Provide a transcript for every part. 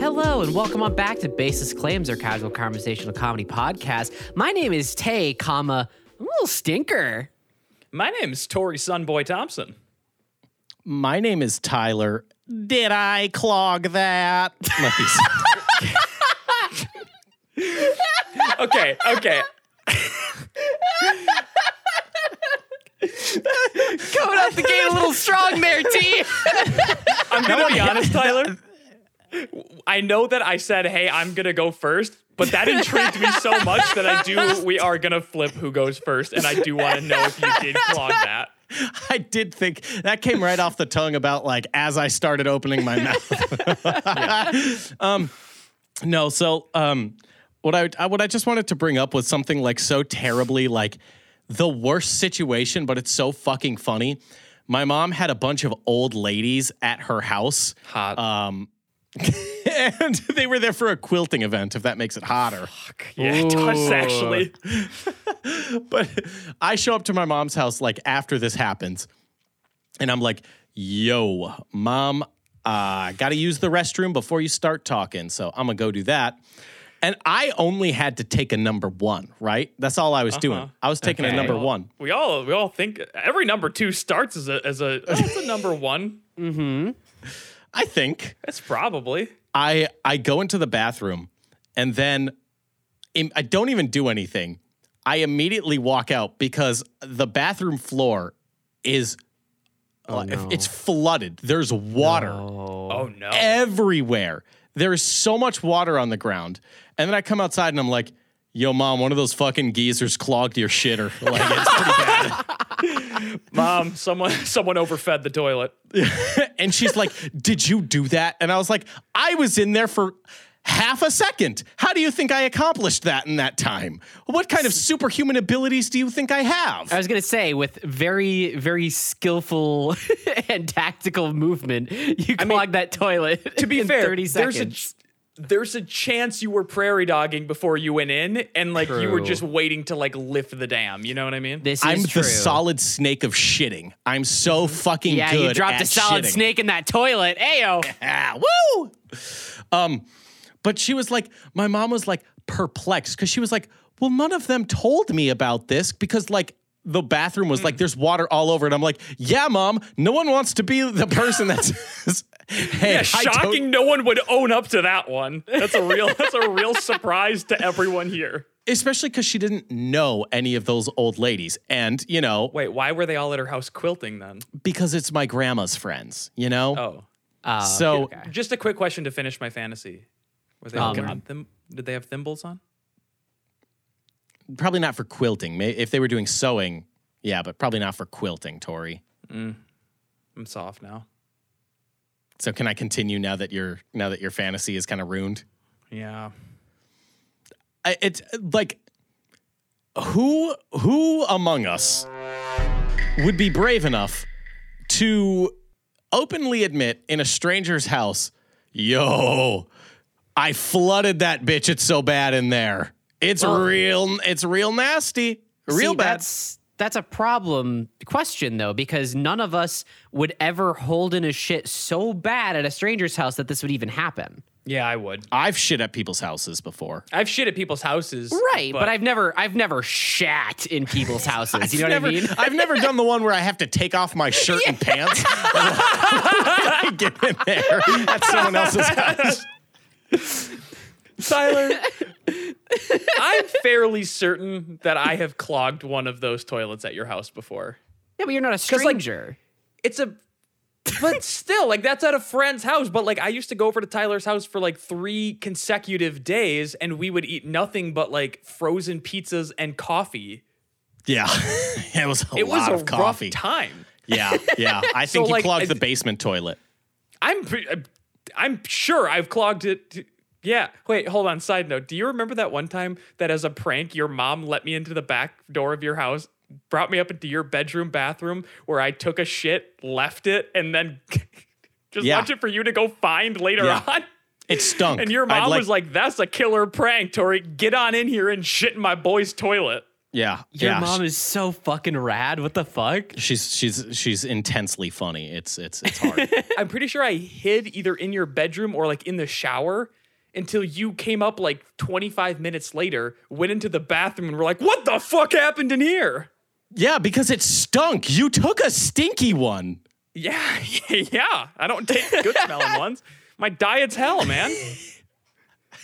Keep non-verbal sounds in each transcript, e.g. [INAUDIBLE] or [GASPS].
Hello and welcome on back to Basis Claims, our casual conversational comedy podcast. My name is Tay, comma, I'm a little stinker. My name's Tori Sunboy Thompson. My name is Tyler. Did I clog that? Let me see. Okay, okay. Coming out the gate a little strong there, [LAUGHS] T. I'm gonna be honest, Tyler. I know that I said, "Hey, I'm gonna go first, but that intrigued me so much that I do. We are gonna flip who goes first, and I do want to know if you did clog that. [LAUGHS] I did think that came right off the tongue about like as I started opening my mouth. [LAUGHS] um, no, so um, what I, I what I just wanted to bring up was something like so terribly like the worst situation, but it's so fucking funny. My mom had a bunch of old ladies at her house. [LAUGHS] Hot. Um, and they were there for a quilting event, if that makes it hotter. yeah, it does Ooh. actually. but I show up to my mom's house like after this happens, and I'm like, "Yo, mom, uh, gotta use the restroom before you start talking." So I'm gonna go do that. And I only had to take a number one, right? That's all I was doing. I was taking Okay. a number one. We all we all think every number two starts as a as a. That's a number one. I think That's probably. I I go into the bathroom, and then im- I don't even do anything. I immediately walk out because the bathroom floor is no. it's flooded. There's water. Oh no. Eh. everywhere. There is so much water on the ground. And then I come outside and I'm like, yo, mom, one of those fucking geezers clogged your shitter. Like, it's pretty bad. Mom, someone [LAUGHS] someone overfed the toilet. and she's like, did you do that? And I was like, I was in there for half a second. How do you think I accomplished that in that time? What kind of superhuman abilities do you think I have? I was gonna say, with very, very skillful [LAUGHS] and tactical movement, you clogged that toilet. to be in fair, 30 seconds. there's a ch- there's a chance you were prairie dogging before you went in, and like you were True. just waiting to like lift the dam. You know what I mean? this is I'm true. the solid snake of shitting. I'm so fucking Yeah, good. you dropped at a solid shitting. snake in that toilet. Ayo. ah, woo. Um, but she was like, my mom was like perplexed because she was like, well, none of them told me about this because like the bathroom was like, Hmm. there's water all over, and I'm like, yeah, mom, no one wants to be the [LAUGHS] person that says, hey, yeah, I don't- shocking. No one would own up to that one. That's a real that's [LAUGHS] a real surprise to everyone here. especially because she didn't know any of those old ladies, and you know, Wait, why were they all at her house quilting then? because it's my grandma's friends, you know, Oh, Uh, so. just a quick question to finish my fantasy. Were Um, they all wearing thim- Did they have thimbles on? Oh. probably not for quilting. May- If they were doing sewing, yeah, but probably not for quilting, Tori. I'm soft now. So can I continue now that your now that your fantasy is kind of ruined? Yeah. I, it's uh, like who who among us would be brave enough to openly admit in a stranger's house, "Yo, I flooded that bitch. It's so bad in there. It's real. It's real nasty. Real See, bad." That's, that's a problem question though, because none of us would ever hold in a shit so bad at a stranger's house that this would even happen. Yeah, I would. I've shit at people's houses before. I've shit at people's houses. Right, but, I've never, I've never shat in [LAUGHS] people's houses. You know never, what [LAUGHS] I mean? have never done the one where I have to take off my shirt [LAUGHS] and pants. [LAUGHS] I get in there at someone else's house. [LAUGHS] Tyler, I'm fairly certain that I have clogged one of those toilets at your house before. Yeah, but you're not a like- stranger. It's a, but still, like that's at a friend's house. But like I used to go over to Tyler's house for like three consecutive days, and we would eat nothing but like frozen pizzas and coffee. Yeah, [LAUGHS] it was a It was lot a of coffee. rough time. yeah, [LAUGHS] yeah. I think you like, clogged I- the basement toilet. I'm, pre- I'm- I'm sure I've clogged it. Yeah. Wait, hold on. Side note. Do you remember that one time that as a prank, your mom let me into the back door of your house, brought me up into your bedroom bathroom where I took a shit, left it, and then [LAUGHS] just Yeah. left it for you to go find later Yeah. on? It stunk. And your I'd mom was like, that's a killer prank, Tori. Get on in here and shit in my boy's toilet. "Yeah, Your yeah." mom sh- is so fucking rad. What the fuck? she's she's she's intensely funny. It's it's it's hard. [LAUGHS] I'm pretty sure I hid either in your bedroom or like in the shower until you came up like 25 minutes later, went into the bathroom, and were like, what the fuck happened in here? Yeah, because it stunk. You took a stinky one. Yeah, [LAUGHS] yeah. I don't take good smelling ones. My diet's hell, man.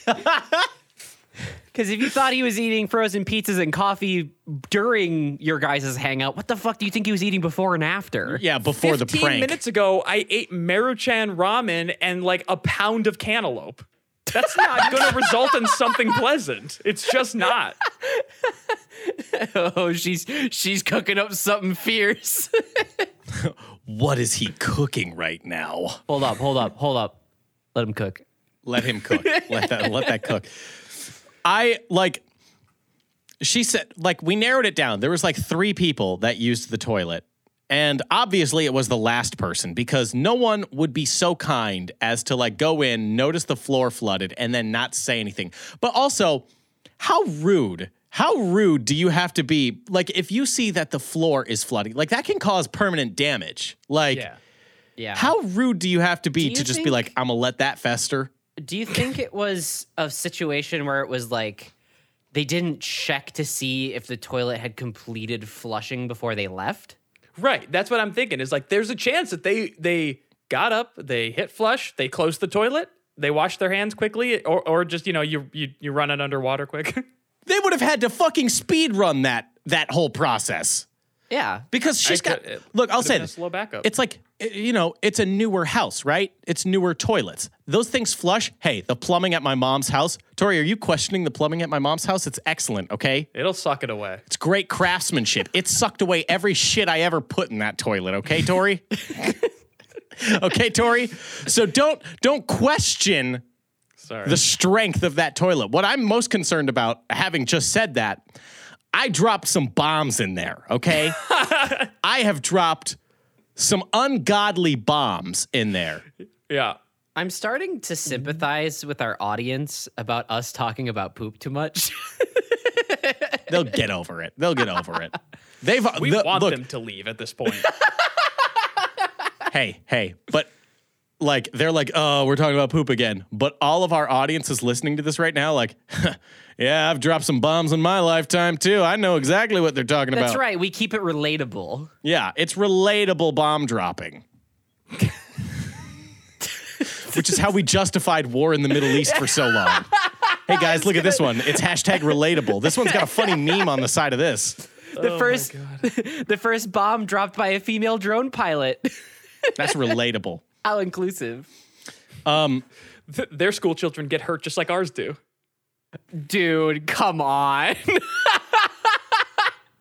Because if you thought he was eating frozen pizzas and coffee during your guys' hangout, what the fuck do you think he was eating before and [LAUGHS] after? Yeah, before the 15 prank. minutes ago, I ate Maruchan ramen and like a pound of cantaloupe. That's not going to result in something pleasant. It's just not. Oh, she's she's cooking up something fierce. What is he cooking right now? [LAUGHS] hold up, hold up, hold up. Let him cook. Let him cook. let that let that cook. I like she said like we narrowed it down. There was like 3 people that used the toilet. And obviously it was the last person because no one would be so kind as to like go in, notice the floor flooded and then not say anything. But also, how rude. How rude do you have to be? Like if you see that the floor is flooding, like that can cause permanent damage. Like Yeah. how rude do you have to be you to just be think- like, I'm gonna let that fester? Do you think it was a situation where it was like they didn't check to see if the toilet had completed flushing before they left? Right. That's what I'm thinking. Is like there's a chance that they they got up, they hit flush, they closed the toilet, they washed their hands quickly, or or just you know you you you run it underwater quick. [LAUGHS] They would have had to fucking speed run that that whole process Yeah. because she's got. could- it look, I'll could've say been a this: slow backup. It's like i- you know, it's a newer house, right? It's newer toilets. Those things flush. Hey, the plumbing at my mom's house. Tori, are you questioning the plumbing at my mom's house? It's excellent. Okay, It'll suck it away. it's great craftsmanship. it sucked away every shit I ever put in that toilet. [LAUGHS] Okay, Tori. okay, Tori. So don't don't question Sorry. the strength of that toilet. What I'm most concerned about, having just said that, I dropped some bombs in there, [LAUGHS] okay? I have dropped some ungodly bombs in there. yeah. I'm starting to sympathize with our audience about us talking about poop too much. [LAUGHS] They'll get over it. They'll get over it. They've [LAUGHS] We the- want look, them to leave at this point. [LAUGHS] hey, hey, but like they're like, oh, we're talking about poop again. But all of our audience is listening to this right now, like, [LAUGHS] yeah, I've dropped some bombs in my lifetime too. I know exactly what they're talking about. That's right. We keep it relatable. Yeah, it's relatable bomb dropping. Which is how we justified war in the Middle East for so long. Hey guys, look at this one. It's hashtag relatable. This one's got a funny meme on the side of this. The first [LAUGHS] the first bomb dropped by a female drone pilot. [LAUGHS] That's relatable. How inclusive. Th- their school children get hurt just like ours do. Dude, come on.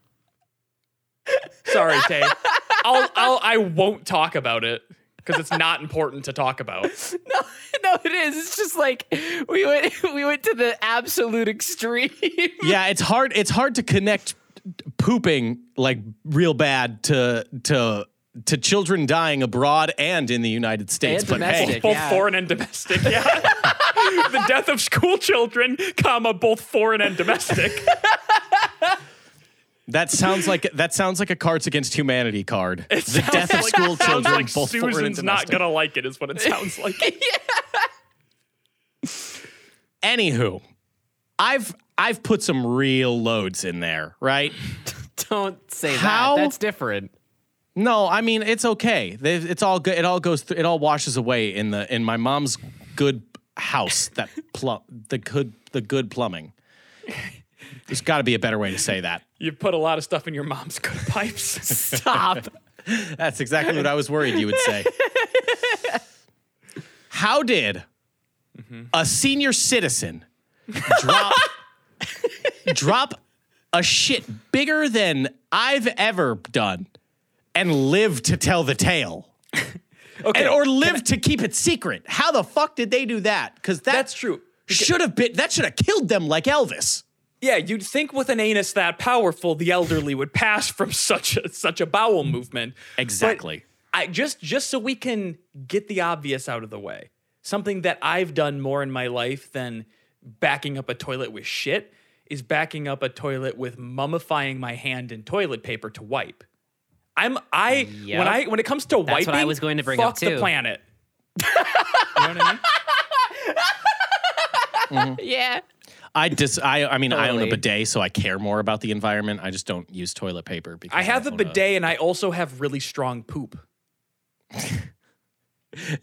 [LAUGHS] Sorry, Tay. [LAUGHS] I'll, I'll I won't talk about it because it's not important to talk about. No, no, it is. It's just like we went [LAUGHS] we went to the absolute extreme. Yeah, it's hard it's hard to connect pooping like real bad to to to children dying abroad and in the United States. And but hey, domestic. both Yeah. foreign and domestic. Yeah. [LAUGHS] the death of school children, comma, both foreign and domestic. that sounds like that sounds like a Cards Against Humanity card. the Sounds death of like- school sounds children, like both foreign and Susan's not domestic. gonna like it, is what it [LAUGHS] sounds like. Anywho, I've I've put some real loads in there, right? Don't say How? that. That's different. No, I mean it's okay. They- It's all good. It all goes. Through, it all washes away in the in my mom's good house. That pl- the good the good plumbing. There's got to be a better way to say that. You've put a lot of stuff in your mom's [LAUGHS] good pipes. Stop. That's exactly what I was worried you would [LAUGHS] say. How did a senior citizen drop drop a shit bigger than I've ever done and live to tell the tale? [LAUGHS] Okay. And, or live to keep it secret. How the fuck did they do that? Because that That's true. Should have been that should have killed them like Elvis. yeah, you'd think with an anus that powerful, the elderly would pass from such a such a bowel movement. But Exactly. I just just so we can get the obvious out of the way. Something that I've done more in my life than backing up a toilet with shit is backing up a toilet with mummifying my hand in toilet paper to wipe. I'm I Yep. when I when it comes to That's wiping, what I was going to bring fuck up, the too. planet. you know what I mean? [LAUGHS] yeah. I dis. I. I mean, I own a Totally. bidet, so I care more about the environment. I just don't use toilet paper because [LAUGHS] I have the own a- bidet and I also have really strong poop.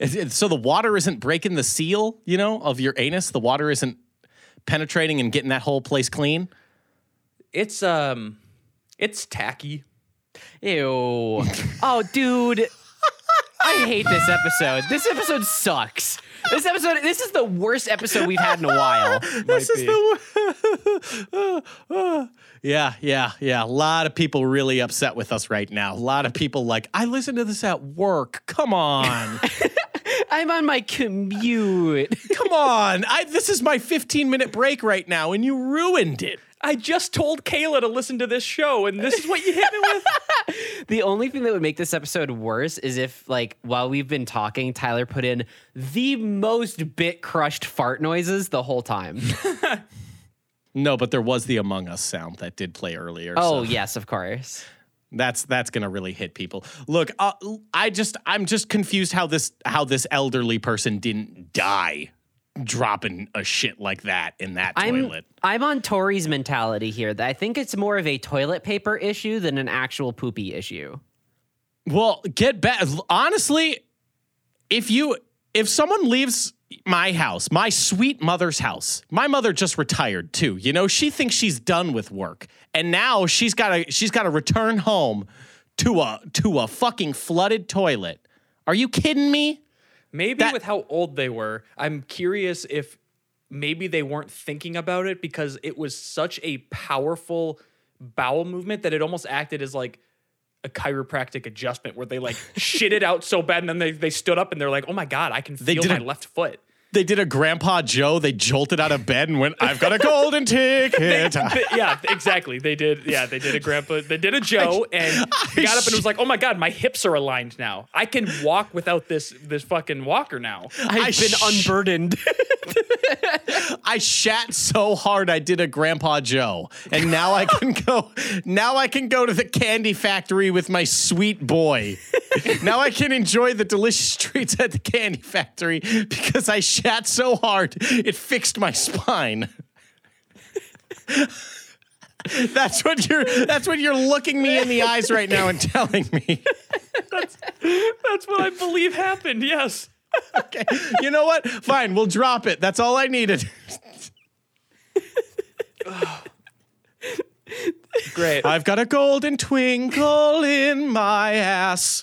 Is it- so the water isn't breaking the seal, you know, of your anus. The water isn't penetrating and getting that whole place clean. It's um it's tacky. Ew. Oh, dude. I hate this episode. This episode sucks. This episode. This is the worst episode we've had in a while. This Might is be. the. [LAUGHS] yeah, yeah, yeah. A lot of people really upset with us right now. A lot of people like, I listen to this at work. Come on, [LAUGHS] I'm on my commute. come on. I this is my 15 minute break right now, and you ruined it. I just told Kayla to listen to this show, and this is what you hit me with. [LAUGHS] The only thing that would make this episode worse is if, like, while we've been talking, Tyler put in the most bit crushed fart noises the whole [LAUGHS] time. No, but there was the Among Us sound that did play earlier. Oh, so yes, of course. that's that's gonna really hit people. Look, uh, I just I'm just confused how this how this elderly person didn't die dropping a shit like that in that I'm toilet. I'm on Tori's mentality here. That I think it's more of a toilet paper issue than an actual poopy issue. Well, get back. Honestly, if you if someone leaves my house, my sweet mother's house, my mother just retired too. You know, she thinks she's done with work, and now she's got to she's got to return home to a to a fucking flooded toilet. Are you kidding me? Maybe That- with how old they were, I'm curious if maybe they weren't thinking about it because it was such a powerful bowel movement that it almost acted as like a chiropractic adjustment where they [LAUGHS] like shit it out so bad and then they, they stood up and they're like, oh my God, I can feel did my a- left foot. They did a Grandpa Joe. They jolted out of bed and went, "I've got a golden ticket." Th- yeah, exactly. They did. Yeah, they did a grandpa. They did a Joe and [LAUGHS] I got up and sh- was like, "Oh my god, my hips are aligned now. I can walk without this this fucking walker now." I've I been sh- unburdened. I shat so hard I did a Grandpa Joe, and now I can go. Now I can go to the candy factory with my sweet boy. now I can enjoy the delicious treats at the candy factory because I shat so hard it fixed my spine. [LAUGHS] that's what you're. That's what you're looking me in the eyes right now and telling me. That's what I believe happened. Yes. Okay. You know what? Fine. We'll drop it. That's all I needed. Great. I've got a golden twinkle in my ass.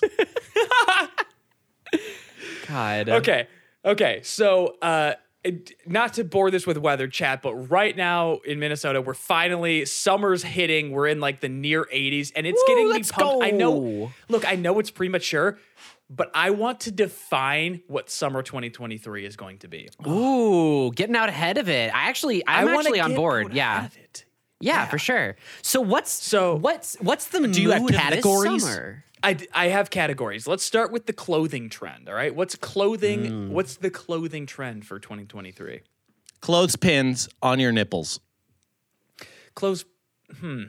God. Okay. Okay. So, uh, it- not to bore this with weather chat, but right now in Minnesota, we're finally summer's hitting. We're in like the near 80s, and it's Woo, getting me let's pumped. I know. go. Look, I know it's premature, but I want to define what summer 2023 is going to be. Ooh, getting out ahead of it. I actually, I I'm wanna actually on get board. out Yeah. of it. yeah, for sure. So what's So- what's what's the do you have categories? I, d- I have categories. Let's start with the clothing trend. All right. What's Mm. clothing? What's the clothing trend for 2023? Clothespins on your nipples. Clothes. Hmm.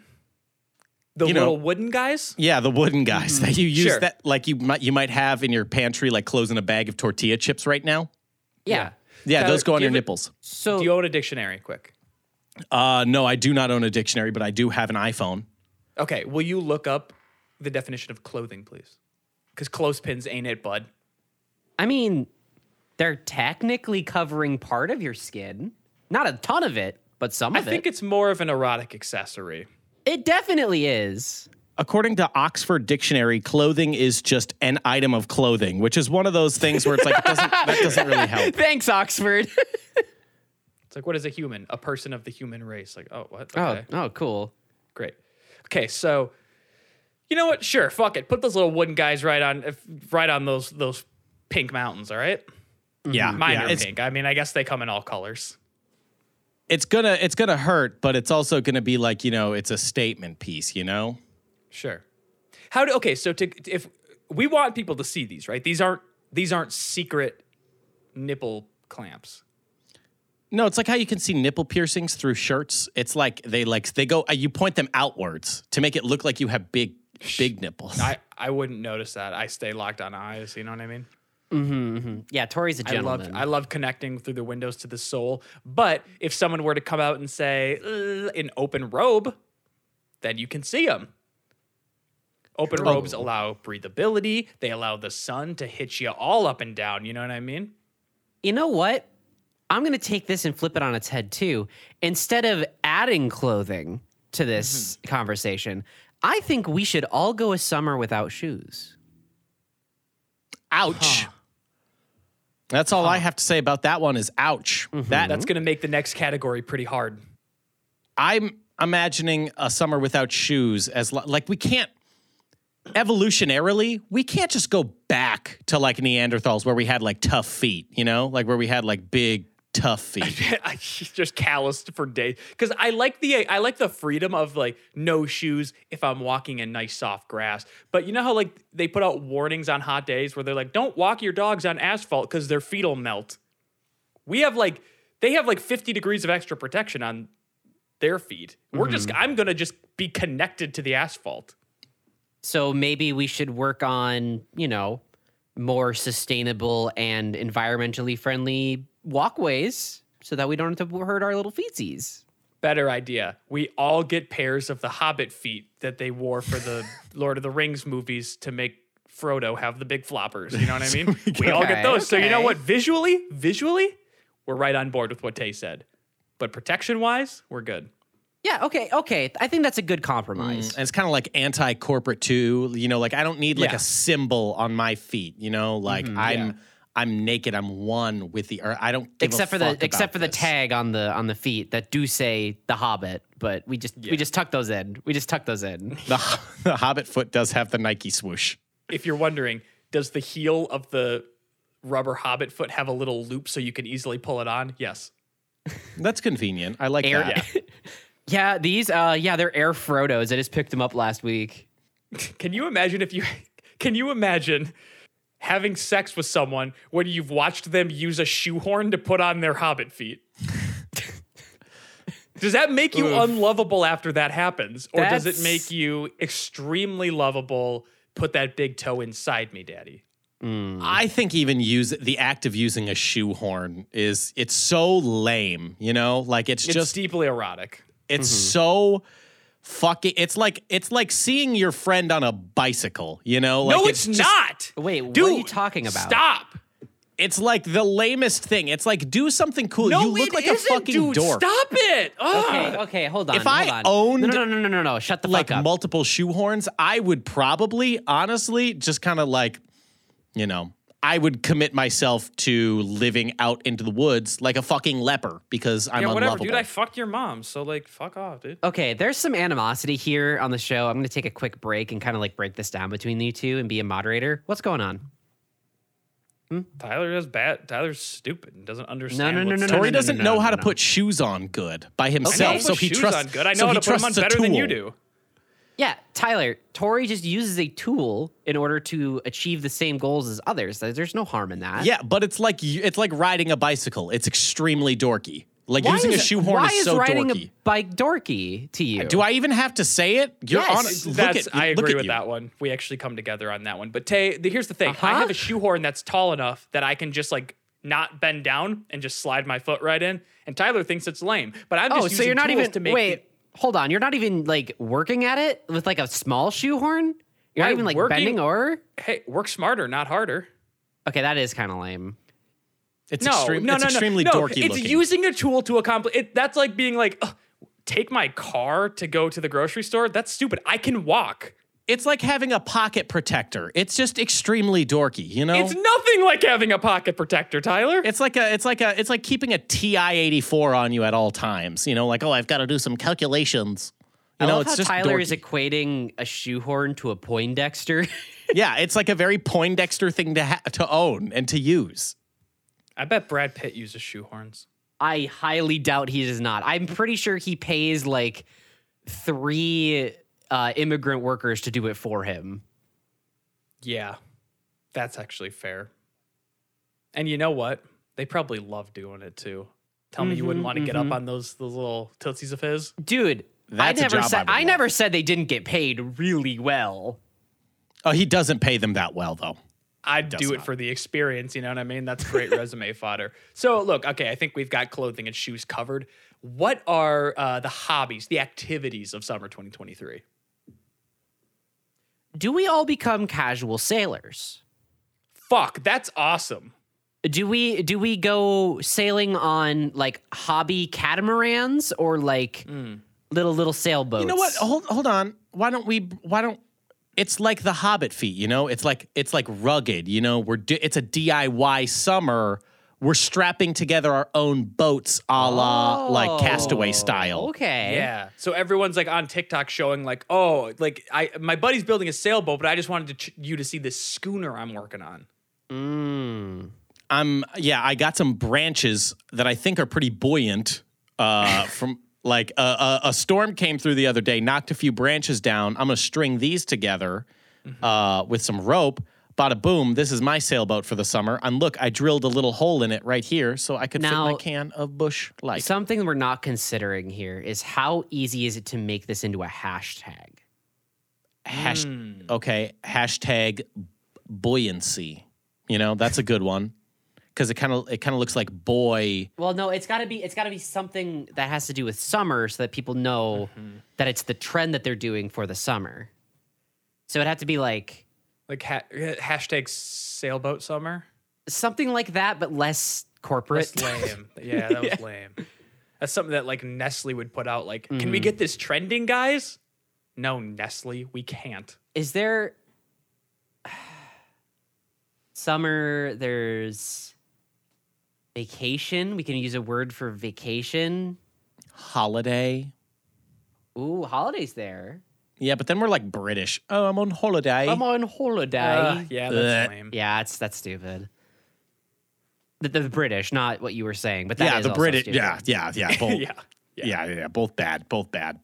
The You know- little wooden guys? Yeah, the wooden guys that you use Sure. that like you might you might have in your pantry, like closing a bag of tortilla chips right now. Yeah. Yeah, Tyler, those go on your give it- nipples. So Do you own a dictionary? Quick. Uh, no, I do not own a dictionary, but I do have an iPhone. Okay. Will you look up the definition of clothing, please? Because clothespins ain't it, bud. I mean, they're technically covering part of your skin, not a ton of it, but some I of think it. it's more of an erotic accessory. It definitely is. [LAUGHS] According to Oxford Dictionary, clothing is just an item of clothing, which is one of those things where it's like it doesn't, that doesn't really help. Thanks, Oxford. It's like, what is a human? A person of the human race. Like, oh, what? oh, [LAUGHS] Okay. oh, cool. Great. Okay, so you know what? Sure, fuck it. Put those little wooden guys right on, if, right on those those pink mountains. All right, Yeah, mine yeah, are it's- pink. I mean, I guess they come in all colors. it's gonna it's gonna hurt, but it's also gonna be like you know it's a statement piece, you know. Sure. How do? Okay, so to if we want people to see these, right? These aren't these aren't secret nipple clamps. No, it's like how you can see nipple piercings through shirts. It's like they like they go uh, you point them outwards to make it look like you have big big nipples. I I wouldn't notice that. I stay locked on eyes. You know what I mean? Yeah, Tori's a I love gentleman. I love connecting through the windows to the soul. But if someone were to come out and say "Ugh," in open robe, then you can see them. Open robes allow breathability. They allow the sun to hit you all up and down. You know what I mean? you know what? I'm going to take this and flip it on its head too. Instead of adding clothing to this conversation, I think we should all go a summer without shoes. Ouch. That's all I have to say about that one is ouch. That That's going to make the next category pretty hard. I'm imagining a summer without shoes as li- like we can't evolutionarily we can't just go back to like Neanderthals where we had like tough feet, you know, like where we had like big tough feet. [LAUGHS] I just calloused for days because I like the I like the freedom of like no shoes if I'm walking in nice soft grass. But you know how like they put out warnings on hot days where they're like, don't walk your dogs on asphalt because their feet'll melt. We have like they have like 50 degrees of extra protection on their feet. We're just I'm gonna just be connected to the asphalt. So maybe we should work on, you know, more sustainable and environmentally friendly walkways so that we don't have to hurt our little feetsies. Better idea. We all get pairs of the Hobbit feet that they wore for the Lord of the Rings movies to make Frodo have the big floppers. You know what I mean? we all Okay, get those. So you know okay. what? Visually, visually, we're right on board with what Tay said. But protection wise, we're good. Yeah, okay, okay. I think that's a good compromise. And it's kind of like anti corporate too, you know, like I don't need like Yeah. a symbol on my feet, you know, Mm-hmm. like I'm I'm naked, I'm one with the earth. I don't give a except for the fuck about except for the this. tag on the on the feet that do say the hobbit but we just we just tuck those in we just tuck those in The, [LAUGHS] the hobbit foot does have the Nike swoosh. If you're wondering, does the heel of the rubber Hobbit foot have a little loop so you can easily pull it on? Yes. That's convenient. I like Air- that. yeah these uh yeah they're air frodos i just picked them up last week Can you imagine if you [LAUGHS] can you imagine having sex with someone when you've watched them use a shoehorn to put on their hobbit [LAUGHS] feet? does that make you unlovable after that happens or does That's- it make you extremely lovable? Put that big toe inside me, daddy. I think even use the act of using a shoehorn is it's so lame, you know? Like it's, It's just deeply erotic. it's mm-hmm. so fucking it's like it's like seeing your friend on a bicycle, you know? Like no, it's, just- not. wait what Dude, are you talking about Stop. It's like the lamest thing. It's like do something cool. No, you look it like isn't, a fucking dude. dork. Stop it. [SIGHS] Ugh. okay okay hold on If I hold on. owned, no no no no no no shut the Like fuck up multiple shoehorns, I would probably honestly just kind of like, you know, I would commit myself to living out into the woods like a fucking leper because I'm Yeah, whatever, unlovable. dude. I fucked your mom, so like, fuck off, dude. okay there's some animosity here on the show i'm gonna take a quick break and kind of like break this down between you two and be a moderator what's going on Tyler is bad. Tyler's stupid and doesn't understand. no, no, what's- no, no, Tori no, doesn't no, know no, how no, to no. put shoes on good by I himself, know how to so put he shoes trusts. on good. I know so how he to put them on trusts a better than you tool. do. Yeah, Tyler, Tori just uses a tool in order to achieve the same goals as others. There- There's no harm in that. Yeah, but it's like you- it's like riding a bicycle. It's extremely dorky. Like Why using is a it- shoehorn why is so riding dorky. a bike dorky to you? do I even have to say it? You're Yes, on. Look That's, at, I look agree at with you. that one. We actually come together on that one. But Tay, the, here's the thing: I Uh-huh. have a shoehorn that's tall enough that I can just like not bend down and just slide my foot right in. And Tyler thinks it's lame, but I'm just Oh, so using you're not tools even to make wait. Hold on, you're not even like working at it with like a small shoehorn. You're Why not even like working- bending over. The, hey, work smarter, not harder. Okay, that is kind of lame. It's, no, extreme, no, it's no, no, extremely no, dorky It's looking. using a tool to accomplish. It, that's like being like, "Ugh, take my car to go to the grocery store. That's stupid. I can walk. it's like having a pocket protector. It's just extremely dorky. You know. It's nothing like having a pocket protector, Tyler. It's like a, it's like a, it's like keeping a TI eighty four on you at all times. You know, like oh, I've got to do some calculations. You I know, love it's how just Tyler is dorky. equating a shoehorn to a Poindexter. [LAUGHS] yeah, it's like a very Poindexter thing to ha- to own and to use. I bet Brad Pitt uses shoehorns. I highly doubt he does not. I'm pretty sure he pays like three uh, immigrant workers to do it for him. Yeah, that's actually fair. And you know what? They probably love doing it too. Tell me you wouldn't want to get up on those those little tootsies of his. Dude, I That's a never job I said would I, love. never said they didn't get paid really well. Oh, he doesn't pay them that well though. I'd do it for the experience. You know what I mean? That's [LAUGHS] great resume fodder. So, look, okay, I think we've got clothing and shoes covered. What are uh, the hobbies, the activities of summer 2023? Do we all become casual sailors? Fuck, that's awesome. Do we do we go sailing on like hobby catamarans or like little little sailboats? Uh, You know what? Hold hold on. Why don't we? Why don't? It's like the Hobbit feet. You know, it's like it's like rugged. You know, we're di- it's a DIY summer. We're strapping together our own boats, a la like Castaway style. Oh. Okay. Yeah. So everyone's like on TikTok showing like, oh, like I my buddy's building a sailboat, but I just wanted to ch- you to see this schooner I'm working on. Hmm. I'm yeah, I got some branches that I think are pretty buoyant. Uh, from like a, a, a storm came through the other day, knocked a few branches down. I'm gonna string these together uh, with some rope. Bada boom! This is my sailboat for the summer. And look, I drilled a little hole in it right here, so I could fit Now- my can of bush light. Something we're not considering here is how easy is it to make this into a hashtag? Hash- Mm. Hmm. Okay, hashtag buoyancy. You know that's a good one because it kind of it kind of looks like boy. Well, no, it's got to be it's got to be something that has to do with summer so that people know that it's the trend that they're doing for the summer. So it'd have to be like Like ha- hashtag sailboat summer. something like that but less corporate. That's lame. Yeah, that was lame. That's something that like Nestle would put out. Like, can we get this trending, guys? No, Nestle, we can't. is there [SIGHS] summer there's vacation we can use a word for vacation Holiday. ooh holidays there Yeah, but then we're like British. Oh, I'm on holiday. i'm on holiday Uh, yeah, that's Bleh. lame. yeah that's that's stupid the, the british not what you were saying but that yeah, is the also British. stupid. Yeah, yeah, [LAUGHS] yeah, both. yeah, [LAUGHS] Yeah. yeah, yeah, both bad, both bad.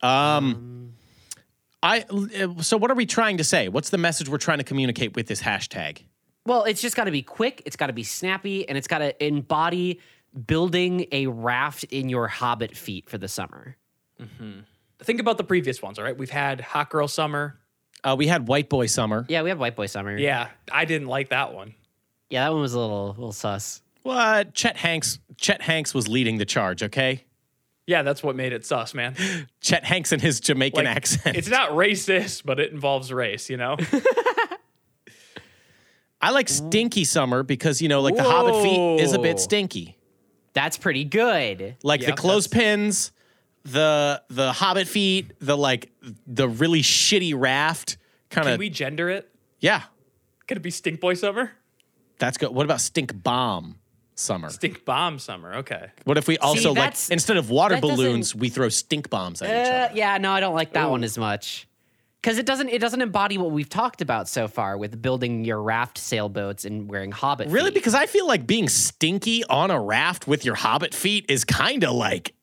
Um, I. uh, So, what are we trying to say? What's the message we're trying to communicate with this hashtag? Well, it's just got to be quick, it's got to be snappy, and it's got to embody building a raft in your hobbit feet for the summer. Mm-hmm. Think about the previous ones, all right? We've had Hot Girl Summer. Uh, we had White Boy Summer. Yeah, we have white boy summer. Yeah, I didn't like that one. yeah, that one was a little, little sus. What? Chet Hanks. Chet Hanks was leading the charge. Okay. Yeah, that's what made it sus, man. [LAUGHS] Chet Hanks and his Jamaican Like, accent. It's not racist, but it involves race, you know? I like Stinky Summer because you know, like the Hobbit feet is a bit Whoa. stinky. That's pretty good. like Yeah, the that's- clothespins, the the hobbit feet, the like the really shitty raft kind Can of. we gender it? yeah, Could it be Stink Boy Summer? that's good. What about stink bomb summer? Stink Bomb Summer, okay. what if we also like that's- instead of water that doesn't- balloons, we throw stink bombs at each Uh, other? yeah, no, I don't like that one as much because it doesn't, it doesn't embody what we've talked about so far with building your raft sailboats and wearing hobbit. Really, feet. because I feel like being stinky on a raft with your hobbit feet is kind of like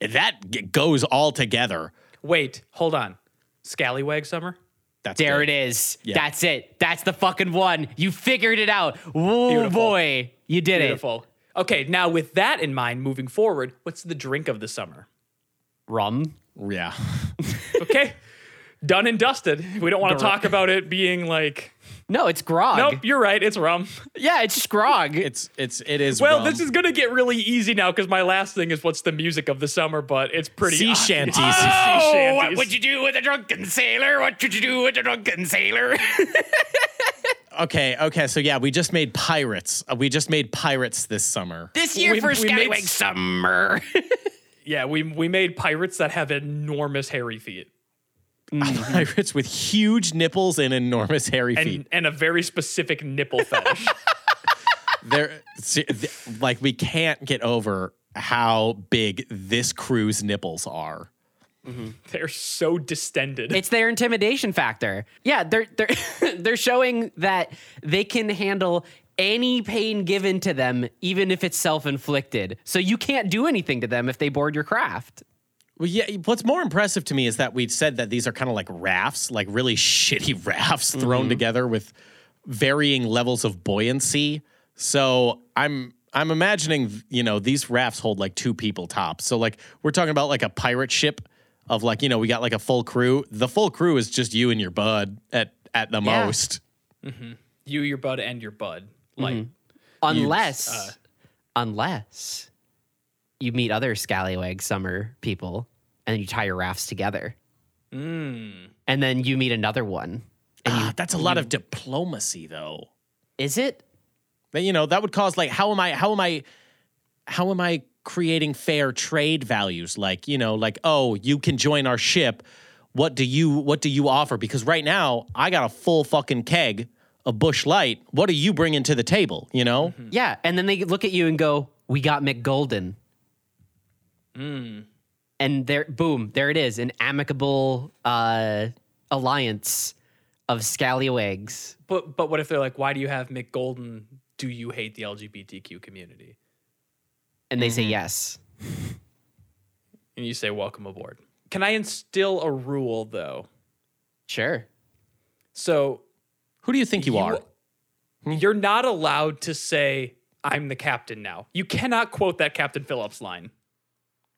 that g- goes all together. Wait, hold on. Scallywag Summer? That's there good. it is. Yeah. That's it. That's the fucking one. You figured it out. Oh Beautiful. boy, you did Beautiful. Okay, now with that in mind, moving forward, what's the drink of the summer? it. Rum. Yeah, Okay, [LAUGHS] done and dusted. We don't want to talk about it being like, No, it's grog. nope, you're right, it's rum. Yeah, it's just grog. it's it's it is. Well, rum. this is gonna get really easy now because my last thing is what's the music of the summer, but it's pretty sea obvious. shanties. shanties. Oh, you do with a drunken sailor? What would you do with a drunken [LAUGHS] sailor? Okay, okay, so yeah, we just made pirates. Uh, we just made pirates this summer. this year We- for we made Skyway s- Summer. Yeah, we we made pirates that have enormous hairy feet Pirates with huge nipples Mm-hmm. and enormous hairy and feet. and a very specific nipple [LAUGHS] fetish. They're se- th- like we can't get over how big this crew's nipples are. They're so distended. it's their intimidation factor. Yeah, they're they're they're [LAUGHS] showing that they can handle any pain given to them, even if it's self-inflicted. So you can't do anything to them if they board your craft. Well, yeah, what's more impressive to me is that we said that these are kind of like rafts, like really [LAUGHS] shitty rafts thrown together with varying levels of buoyancy. So I'm I'm imagining, you know, these rafts hold like two people tops. So like we're talking about like a pirate ship of like, you know, we got like a full crew. The full crew is just you and your bud at at the Yeah. most. you, your bud, and your bud. Like, Mm-hmm. unless uh, unless you meet other scallywag summer people and you tie your rafts together and then you meet another one Ah, that's a lot of diplomacy, though. is it That you know that would cause like how am I how am I how am I creating fair trade values? Like you know like oh you can join our ship. What do you what do you offer? Because right now I got a full fucking keg of Bush Light. What are you bringing to the table? You know. yeah and then they look at you and go we got mcgolden Hmm. and there boom there it is an amicable uh alliance of scallywags but but what if they're like, why do you have Mick Golden? Do you hate the LGBTQ community? and they Mm-hmm. say yes And you say, welcome aboard. Can I instill a rule though? sure So Who do you think you, are? You're not allowed to say, I'm the captain now. You cannot quote that Captain Phillips line.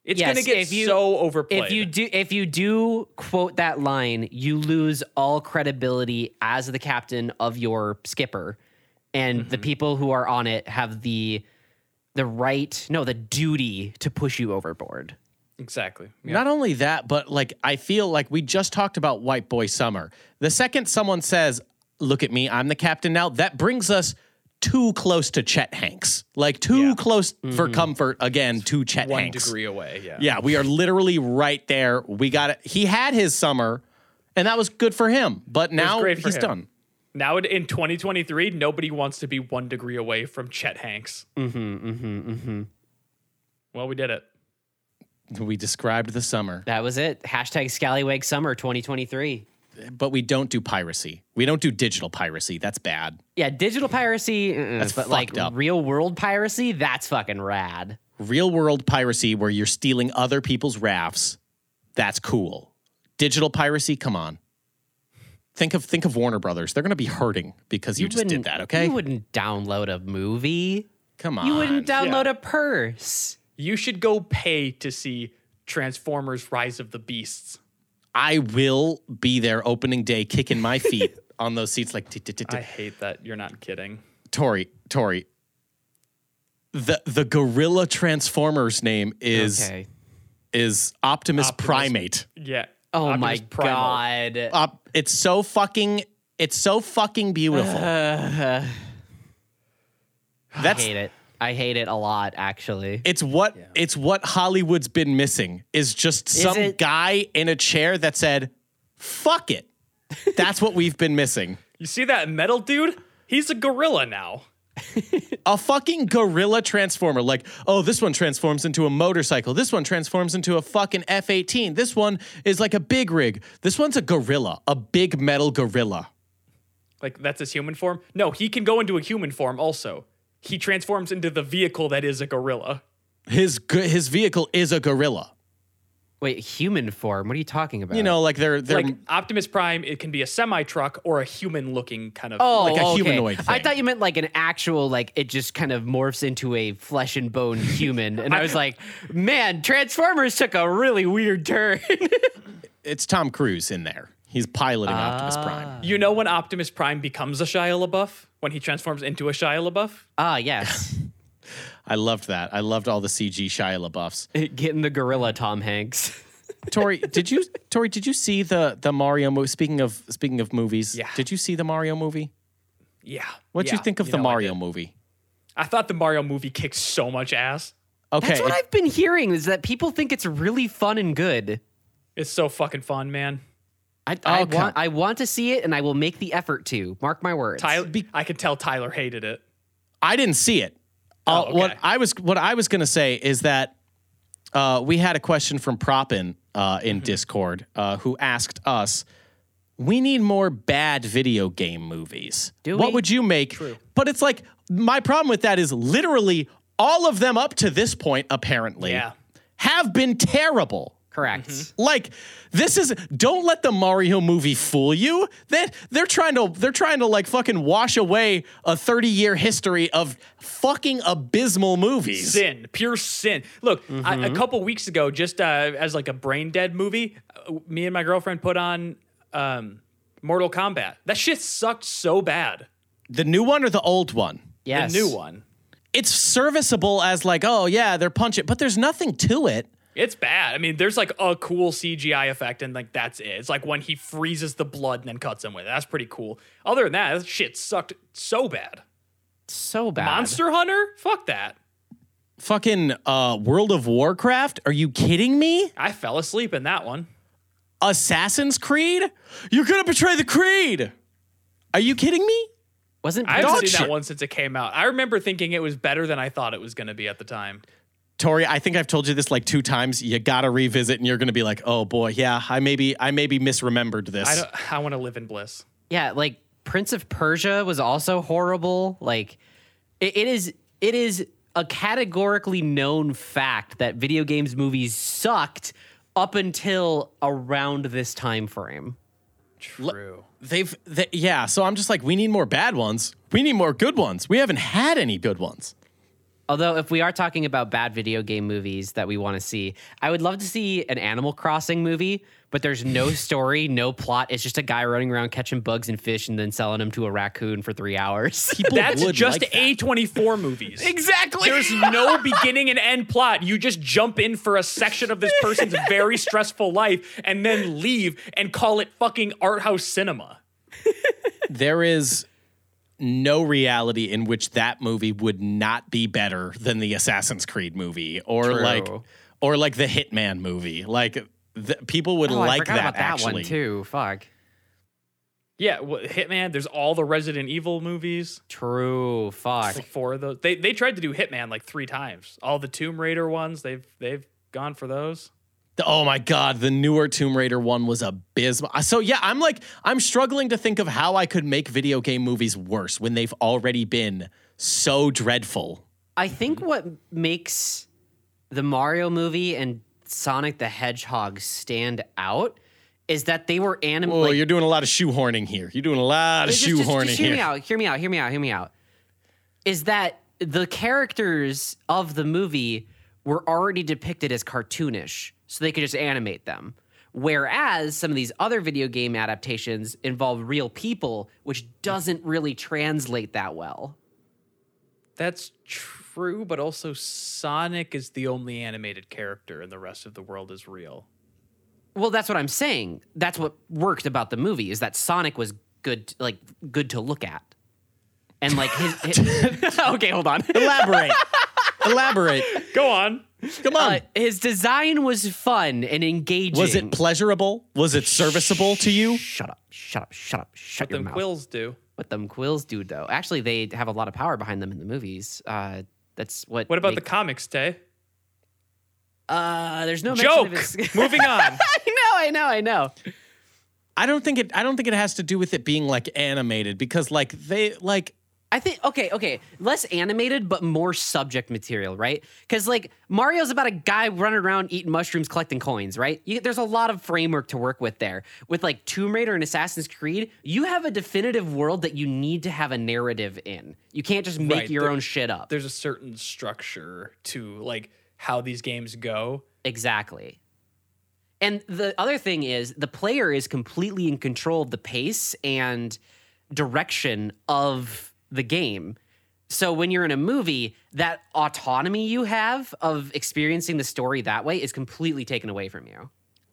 It's Yes, gonna get if you- so overplayed. If you do, if you do quote that line, you lose all credibility as the captain of your skipper, and the Mm-hmm. people who are on it have the the right, no, the duty to push you overboard. exactly. Yeah. Not only that, but like I feel like we just talked about white boy summer. The second someone says, "Look at me, I'm the captain now," that brings us too close to Chet Hanks. Like too Yeah. Mm-hmm. close for comfort again to Chet one Hanks. degree away. Yeah. Yeah, we are literally right there. We got it. He had his summer, and that was good for him. But now great for he's him. done. Now in- in 2023, nobody wants to be one degree away from Chet Hanks. Mm-hmm. Mm-hmm. Mm-hmm. Well, we did it. We described the summer, That was it. Hashtag Scallywag Summer 2023. but we don't do piracy. We don't do digital piracy. That's bad. Yeah, digital piracy, uh-uh, That's but like fucked up. real world piracy, that's fucking rad. real world piracy where you're stealing other people's rafts that's cool digital piracy come on think of think of warner brothers they're going to be hurting because you, just did wouldn't- that okay You wouldn't download a movie. come on You wouldn't yeah. download a purse. You should go pay to see Transformers: Rise of the Beasts. i will be there opening day kicking my [LAUGHS] feet on those seats like "Dit, dit, dit, dit." I hate that. You're not kidding. tori tori the the gorilla transformers name is okay. is optimus, Optimus. primate Yeah. Oh Optimus my Primal. god. Op- it's so fucking it's so fucking [SIGHS] beautiful I that's hate it. I hate it a lot, actually. It's what it's what Hollywood's been missing is just some it- guy in a chair that said, [LAUGHS] "Fuck it." That's what we've been missing. You see that metal dude? He's a gorilla now. A fucking gorilla transformer. Like, oh, this one transforms into a motorcycle. This one transforms into a fucking F eighteen. This one is like a big rig. This one's a gorilla, a big metal gorilla. Like that's his human form? No, he can go into a human form also. He transforms into the vehicle that is a gorilla. His go- his vehicle is a gorilla. Wait, human form? What are you talking about? You know, like they're they're Like Optimus Prime, it can be a semi truck or a human looking kind of Oh, like a okay. humanoid I thing. thought you meant like an actual, like it just kind of morphs into a flesh and bone human, and I was like, man, Transformers took a really weird turn. [LAUGHS] it's Tom Cruise in there. He's piloting Optimus Ah. Prime. You know when Optimus Prime becomes a Shia LaBeouf? When he transforms into a Shia LaBeouf? Ah, [LAUGHS] yes, I loved that. I loved all the CG Shia LaBeoufs. getting the gorilla, Tom Hanks. Tori, [LAUGHS] did you Tori, did you see the the Mario movie? Speaking of speaking of movies, Yeah. did you see the Mario movie? Yeah. What would you yeah, think of the know I Mario did. movie? I thought the Mario movie kicked so much ass. Okay, That's what it- I've been hearing is that people think it's really fun and good. It's so fucking fun, man. I, I Oh, Okay. want, I want to see it, and I will make the effort to. Mark my words. Tyler, I could tell Tyler hated it. I didn't see it. Oh, Uh, okay. What I was what I was gonna say is that uh, we had a question from Propin uh, in Mm-hmm. Discord uh, who asked us, "We need more bad video game movies. Do what we? would you make?" But it's like my problem with that is literally all of them up to this point apparently Yeah. have been terrible. Correct. Mm-hmm. Like this is don't let the Mario movie fool you. That they're trying to they're trying to like fucking wash away a 30-year history of fucking abysmal movies. sin, pure sin. Look, I, Mm-hmm. a couple weeks ago, just uh, as like a brain dead movie, uh, me and my girlfriend put on um, Mortal Kombat. That shit sucked so bad. The new one or the old one? Yes. The new one. It's serviceable as like, oh yeah, they're punching, but there's nothing to it. It's bad. I mean, there's like a cool CGI effect, and like that's it. It's like when he freezes the blood and then cuts him with it. That's pretty cool. Other than that, that shit sucked so bad. So bad. Monster Hunter? Fuck that. Fucking uh, World of Warcraft? Are you kidding me? I fell asleep in that one. Assassin's Creed? You're gonna betray the creed. Are you kidding me? Wasn't I haven't Dog seen shit. that one since it came out. I remember thinking it was better than I thought it was going to be at the time. Tori, I think I've told you this like two times. You gotta revisit, and you're gonna be like, "Oh boy, yeah, I maybe, I maybe misremembered this." I don't. I want to live in bliss. yeah, like Prince of Persia was also horrible. Like it, it is it is a categorically known fact that video games movies sucked up until around this time frame. True. They've, they, yeah. So I'm just like, we need more bad ones. We need more good ones. We haven't had any good ones. Although, if we are talking about bad video game movies that we want to see, I would love to see an Animal Crossing movie, but there's [LAUGHS] no story, no plot. It's just a guy running around catching bugs and fish and then selling them to a raccoon for three hours. [LAUGHS] People That's would just like that. a twenty four [LAUGHS] movies. exactly. [LAUGHS] There's no beginning and end plot. You just jump in for a section of this person's very stressful life and then leave and call it fucking art house cinema. There is no reality in which that movie would not be better than the Assassin's Creed movie, or like, or like the Hitman movie. Like th- people would Oh, I like forgot that. about that actually, one too. Fuck. Yeah, well, Hitman. There's all the Resident Evil movies. True. Fuck. Like four of those. They they tried to do Hitman like three times. All the Tomb Raider ones. They've they've gone for those. The- Oh my God, the newer Tomb Raider one was abysmal. Uh, So, yeah, I'm like, I'm struggling to think of how I could make video game movies worse when they've already been so dreadful. I think what makes the Mario movie and Sonic the Hedgehog stand out is that they were Oh, animated. you're doing a lot of shoehorning here. You're doing a lot of Just- just- shoehorning just, hear here. me out. Hear me out. Hear me out. Hear me out. Is that the characters of the movie were already depicted as cartoonish, so they could just animate them. Whereas some of these other video game adaptations involve real people, which doesn't really translate that well. That's true, but also Sonic is the only animated character, and the rest of the world is real. Well, that's what I'm saying. That's what worked about the movie is that Sonic was good, like good to look at, and like his. [LAUGHS] his [LAUGHS] okay, hold on. Elaborate. [LAUGHS] Elaborate. Go on. Come on. Uh, his design was fun and engaging. was it pleasurable? Was it serviceable to you? Shut up! Shut up! Shut up! Shut your Them mouth. quills do. what them quills do, though. Actually, they have a lot of power behind them in the movies. Uh, that's what. What about the make- comics, Tay? Uh, there's no mention of Joke. his- [LAUGHS] Moving on. I know, I know, I know. I don't think it I don't think it has to do with it being like animated because like they like I think okay, okay, less animated but more subject material, right? Because like Mario's about a guy running around eating mushrooms, collecting coins, right? You, there's a lot of framework to work with there. With like Tomb Raider and Assassin's Creed, you have a definitive world that you need to have a narrative in. You can't just make Right, your there- own shit up. There's a certain structure to like how these games go. Exactly. And the other thing is the player is completely in control of the pace and direction of the game. So when you're in a movie, that autonomy you have of experiencing the story that way is completely taken away from you.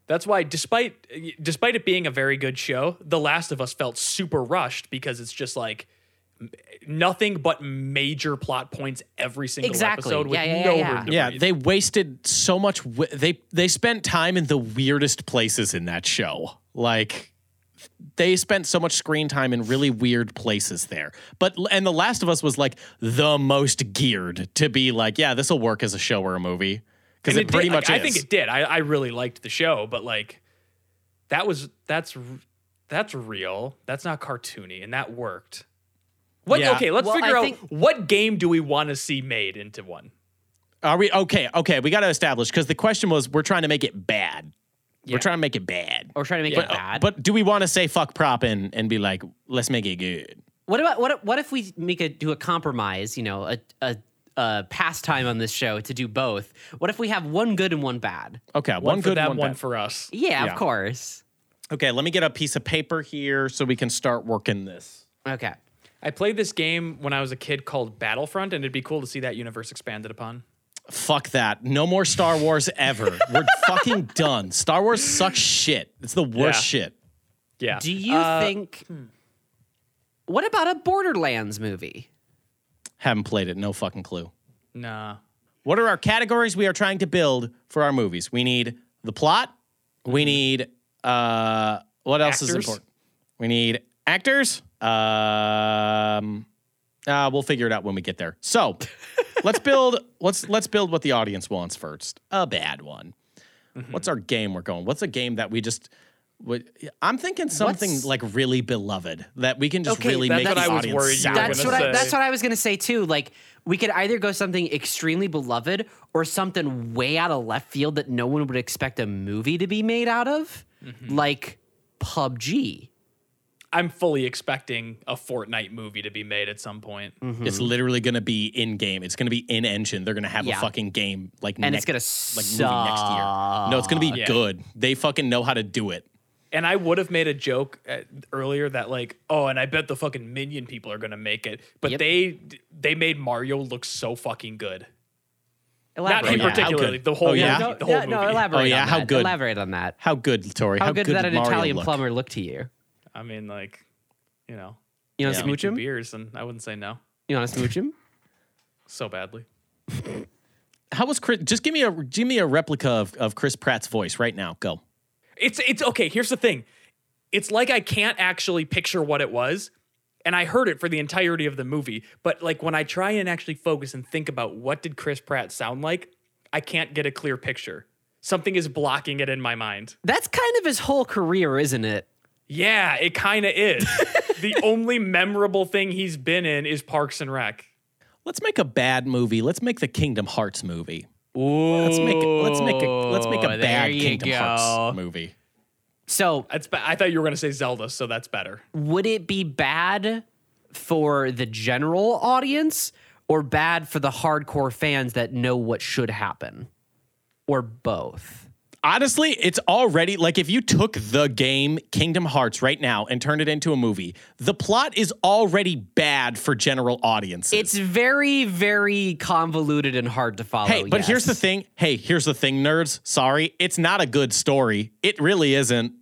That's why, despite despite it being a very good show, The Last of Us felt super rushed because it's just like m- nothing but major plot points every single Exactly. episode with Yeah, yeah, yeah, no yeah. room to yeah, breathe. they wasted so much wi- they they spent time in the weirdest places in that show. Like they spent so much screen time in really weird places there. But and The Last of Us was like the most geared to be like, yeah, this will work as a show or a movie because And it, did- pretty like, much is. I think it did. I, I really liked the show, but like that was that's r- that's real. That's not cartoony, and that worked. What? Yeah. Okay, let's Well, figure I out think- what game do we want to see made into one. Are we okay? Okay, we got to establish because the question was we're trying to make it bad. Yeah. We're trying to make it bad. Or trying to make But, it bad. but do we want to say fuck prop and, and be like, let's make it good? What about what? if- What if we make a do a compromise? You know, a a, a pastime on this show to do both. What if we have one good and one bad? Okay, one, One, for good, them, one, one, bad. for us. Yeah, Yeah. of course. Okay, let me get a piece of paper here so we can start working this. Okay. I played this game when I was a kid called Battlefront, and it'd be cool to see that universe expanded upon. Fuck that. No more Star Wars ever. We're fucking done. Star Wars sucks shit. It's the worst Yeah. shit. Yeah. Do you Uh, think? What about a Borderlands movie? Haven't played it. No fucking clue. Nah. What are our categories we are trying to build for our movies? We need the plot. Mm-hmm. We need uh what else is Actors. important? We need actors. Um uh, we'll figure it out when we get there. [LAUGHS] So, let's build let's let's build what the audience wants first. A bad one. Mm-hmm. What's our game we're going? What's a game that we just what, I'm thinking something What's- like really beloved that we can just Okay, really that's what make the I was audience worried you were sour. gonna that's what I, say- that's what I was gonna say too. Like we could either go something extremely beloved or something way out of left field that no one would expect a movie to be made out of, Mm-hmm. like PUBG. I'm fully expecting a Fortnite movie to be made at some point. It's Hmm. literally going to be in game. It's going to be in engine. They're going to have Yeah. a fucking game like And it's next, gonna like movie next year. No, it's going to be Yeah. good. They fucking know how to do it. And I would have made a joke uh, earlier that like, oh, and I bet the fucking minion people are gonna make it, but Yep. they they made Mario look so fucking good. Not Elaborate him on that. particular- particularly, good. the whole Oh, yeah? movie, No, the whole yeah, no, movie. elaborate. Oh, yeah, on how that. good- Elaborate on that. How good, Tori? How, good did that did an Mario Italian look? plumber look to you? I mean, like, you know, You know, Yeah. smooch two him. beers, and I wouldn't say no You want to smooch him? so badly. How was Chris? Just give me a give me a replica of, of Chris Pratt's voice right now. Go. It's it's okay. Here's the thing. It's like I can't actually picture what it was. And I heard it for the entirety of the movie, but like when I try and actually focus and think about what did Chris Pratt sound like, I can't get a clear picture. Something is blocking it in my mind. That's kind of his whole career, isn't it? Yeah, it kind of is. the only memorable thing he's been in is Parks and Rec. Let's make a bad movie. Let's make the Kingdom Hearts movie. Let's make let's make a let's make a Ooh, bad there you Kingdom go. Hearts movie. So, That's ba- I thought you were going to say Zelda, so that's better. would it be bad for the general audience or bad for the hardcore fans that know what should happen? Or both? Honestly, it's already like if you took the game Kingdom Hearts right now and turned it into a movie, the plot is already bad for general audiences. It's very, very convoluted and hard to follow. hey, but here's the Oh, yes. thing. Hey, here's the thing, nerds. Sorry, it's not a good story. It really isn't.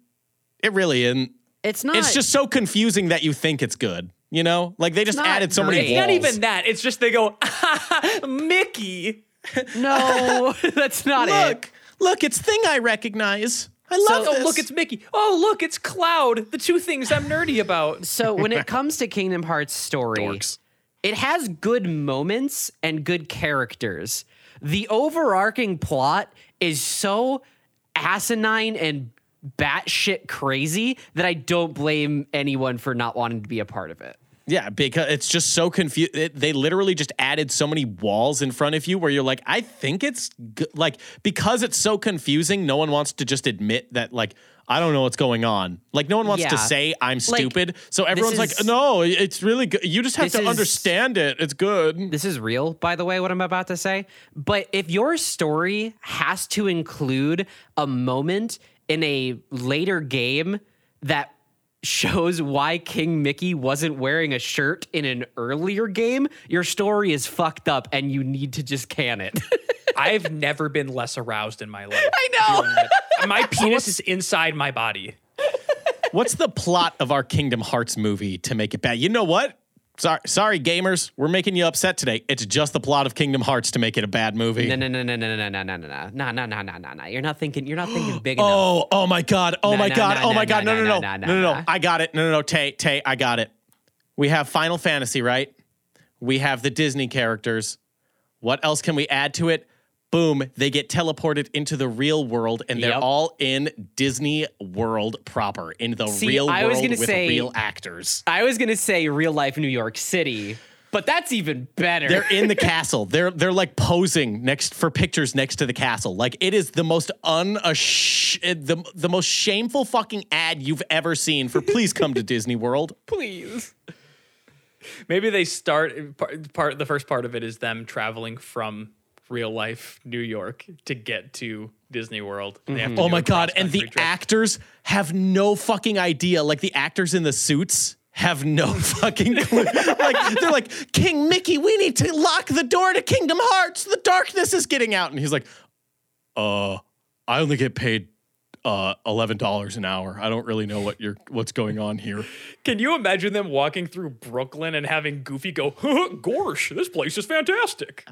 It really isn't. It's not. It's just so confusing that you think it's good. You know, like they just not added so many great. walls. Not even that. It's just they go, [LAUGHS] Mickey. [LAUGHS] no. that's not it. Look, look, it's thing I recognize. I love oh, this. look, it's Mickey. Oh, look, it's Cloud. The two things I'm nerdy about. So when it comes to Kingdom Hearts story, Dorks. it has good moments and good characters. The overarching plot is so asinine and batshit crazy that I don't blame anyone for not wanting to be a part of it. Yeah, because it's just so confused. They literally just added so many walls in front of you where you're like, I think it's g-. like because it's so confusing, no one wants to just admit that like I don't know what's going on. Like no one wants Yeah. to say I'm stupid. so everyone's is- like, no, it's really good. You just have This to is- understand it. It's good. This [LAUGHS] is real, by the way, what I'm about to say. But if your story has to include a moment in a later game that shows why King Mickey wasn't wearing a shirt in an earlier game, your story is fucked up and you need to just can it. [LAUGHS] [LAUGHS] I've never been less aroused in my [LAUGHS] life. I know. [LAUGHS] My penis is inside my body. What's the plot of our Kingdom Hearts movie to make it bad? You know what? Sorry, sorry, gamers, we're making you upset today. It's just the plot of Kingdom Hearts to make it a bad [LAUGHS] movie. No, no, no, no, no, no, no, no, no, no, no, no, no, no, no, no. You're not thinking. You're not thinking [GASPS] big enough. Oh, oh my God. Oh No, my no, God. no, oh no, my no, God. No, no, no, no. no, No, no, no, no. no. I got it. No, no, no. Tay, Tay, I got it. We have Final Fantasy, right? We have the Disney characters. What else can we add to it? Boom, they get teleported into the real world and they're Yep. all in Disney World proper, in the See, real I world was gonna with say- real actors. I was gonna say real life New York City, but that's even better. They're in the castle. They're they're like posing next for pictures next to the castle. Like it is the most un a sh- the the most shameful fucking ad you've ever seen for please come to Disney World. [LAUGHS] Please. Maybe they start part, part the first part of it is them traveling from real life New York to get to Disney World. They have to Oh do my a god! And the cross-country trip. actors have no fucking idea. Like the actors in the suits have no [LAUGHS] fucking clue. like they're like, King Mickey, we need to lock the door to Kingdom Hearts. The darkness is getting out. And he's like, uh, I only get paid uh eleven dollars an hour. I don't really know what you're what's going on here. Can you imagine them walking through Brooklyn and having Goofy go, [LAUGHS] "Gorsh, this place is [LAUGHS] fantastic."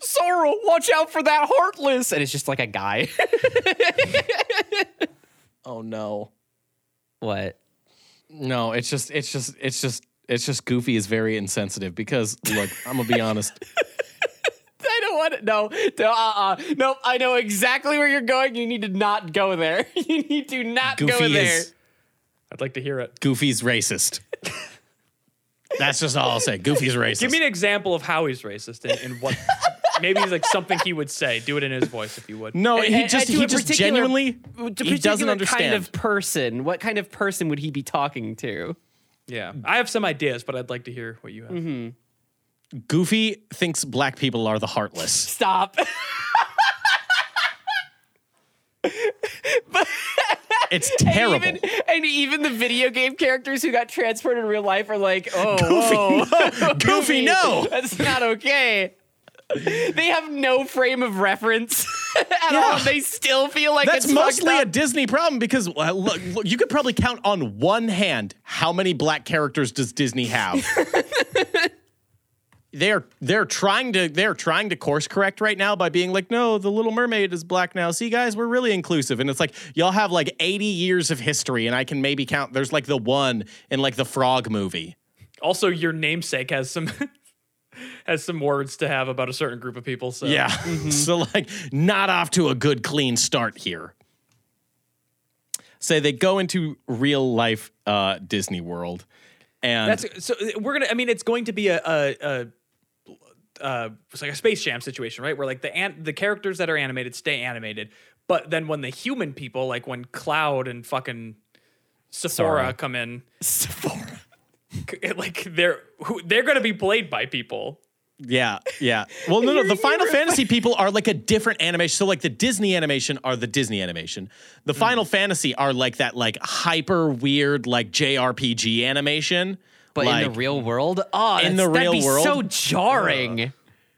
Sorrel, watch out for that heartless. And it's just like a guy. [LAUGHS] Oh no. what? No, it's just it's just it's just it's just Goofy is very insensitive because look, I'm gonna be [LAUGHS] honest. I don't want to. No, no, uh, uh, no. I know exactly where you're going. You need to not go there. [LAUGHS] You need to not go Goofy there. is I'd like to hear it. Goofy's racist. That's just all I'll say. Goofy's racist. Give me an example of how he's racist and, and what. Maybe he's like something he would say. Do it in his voice if you would. no, And- he and- just and to he a just particular- genuinely To a he particular doesn't understand. Kind of person. What kind of person would he be talking to? Yeah, I have some ideas, but I'd like to hear what you have. Mm-hmm. Goofy thinks black people are the heartless. Stop. [LAUGHS] [LAUGHS] It's And terrible. even, and even the video game characters who got transferred in real life are like, oh, [LAUGHS] [LAUGHS] Goofy, whoa. no. Goofy, no. That's not okay. They have no frame of reference [LAUGHS] at all. Yeah. They still feel like That's it's fucked mostly a up. Disney problem because uh, look, look, you could probably count on one hand how many black characters does Disney [LAUGHS] have. they're they're trying to they're trying to course correct right now by being like, no, the Little Mermaid is black now. See, guys, we're really inclusive, and it's like y'all have like 80 years of history, and I can maybe count. There's like the one in like the Frog movie. Also, your namesake has some [LAUGHS] has some words to have about a certain group of people. So Yeah. Mm-hmm. [LAUGHS] so like not off to a good clean start here. Say they go into real life uh, Disney World, and That's so uh, we're gonna. I mean, it's going to be a a. a uh, it's like a Space Jam situation, right? Where like the an- the characters that are animated stay animated, but then when the human people, like when Cloud and fucking Sephora Sora. come in, [LAUGHS] Sephora. c- like they're who, they're gonna be played by people. Yeah, yeah. Well, no, no. The Final Fantasy people are like a different animation. So, like the Disney animation are the Disney animation. Mm. The Final Fantasy are like that, like hyper weird, like JRPG animation. But like, in the real world, oh, In in the the real that'd be world? so jarring.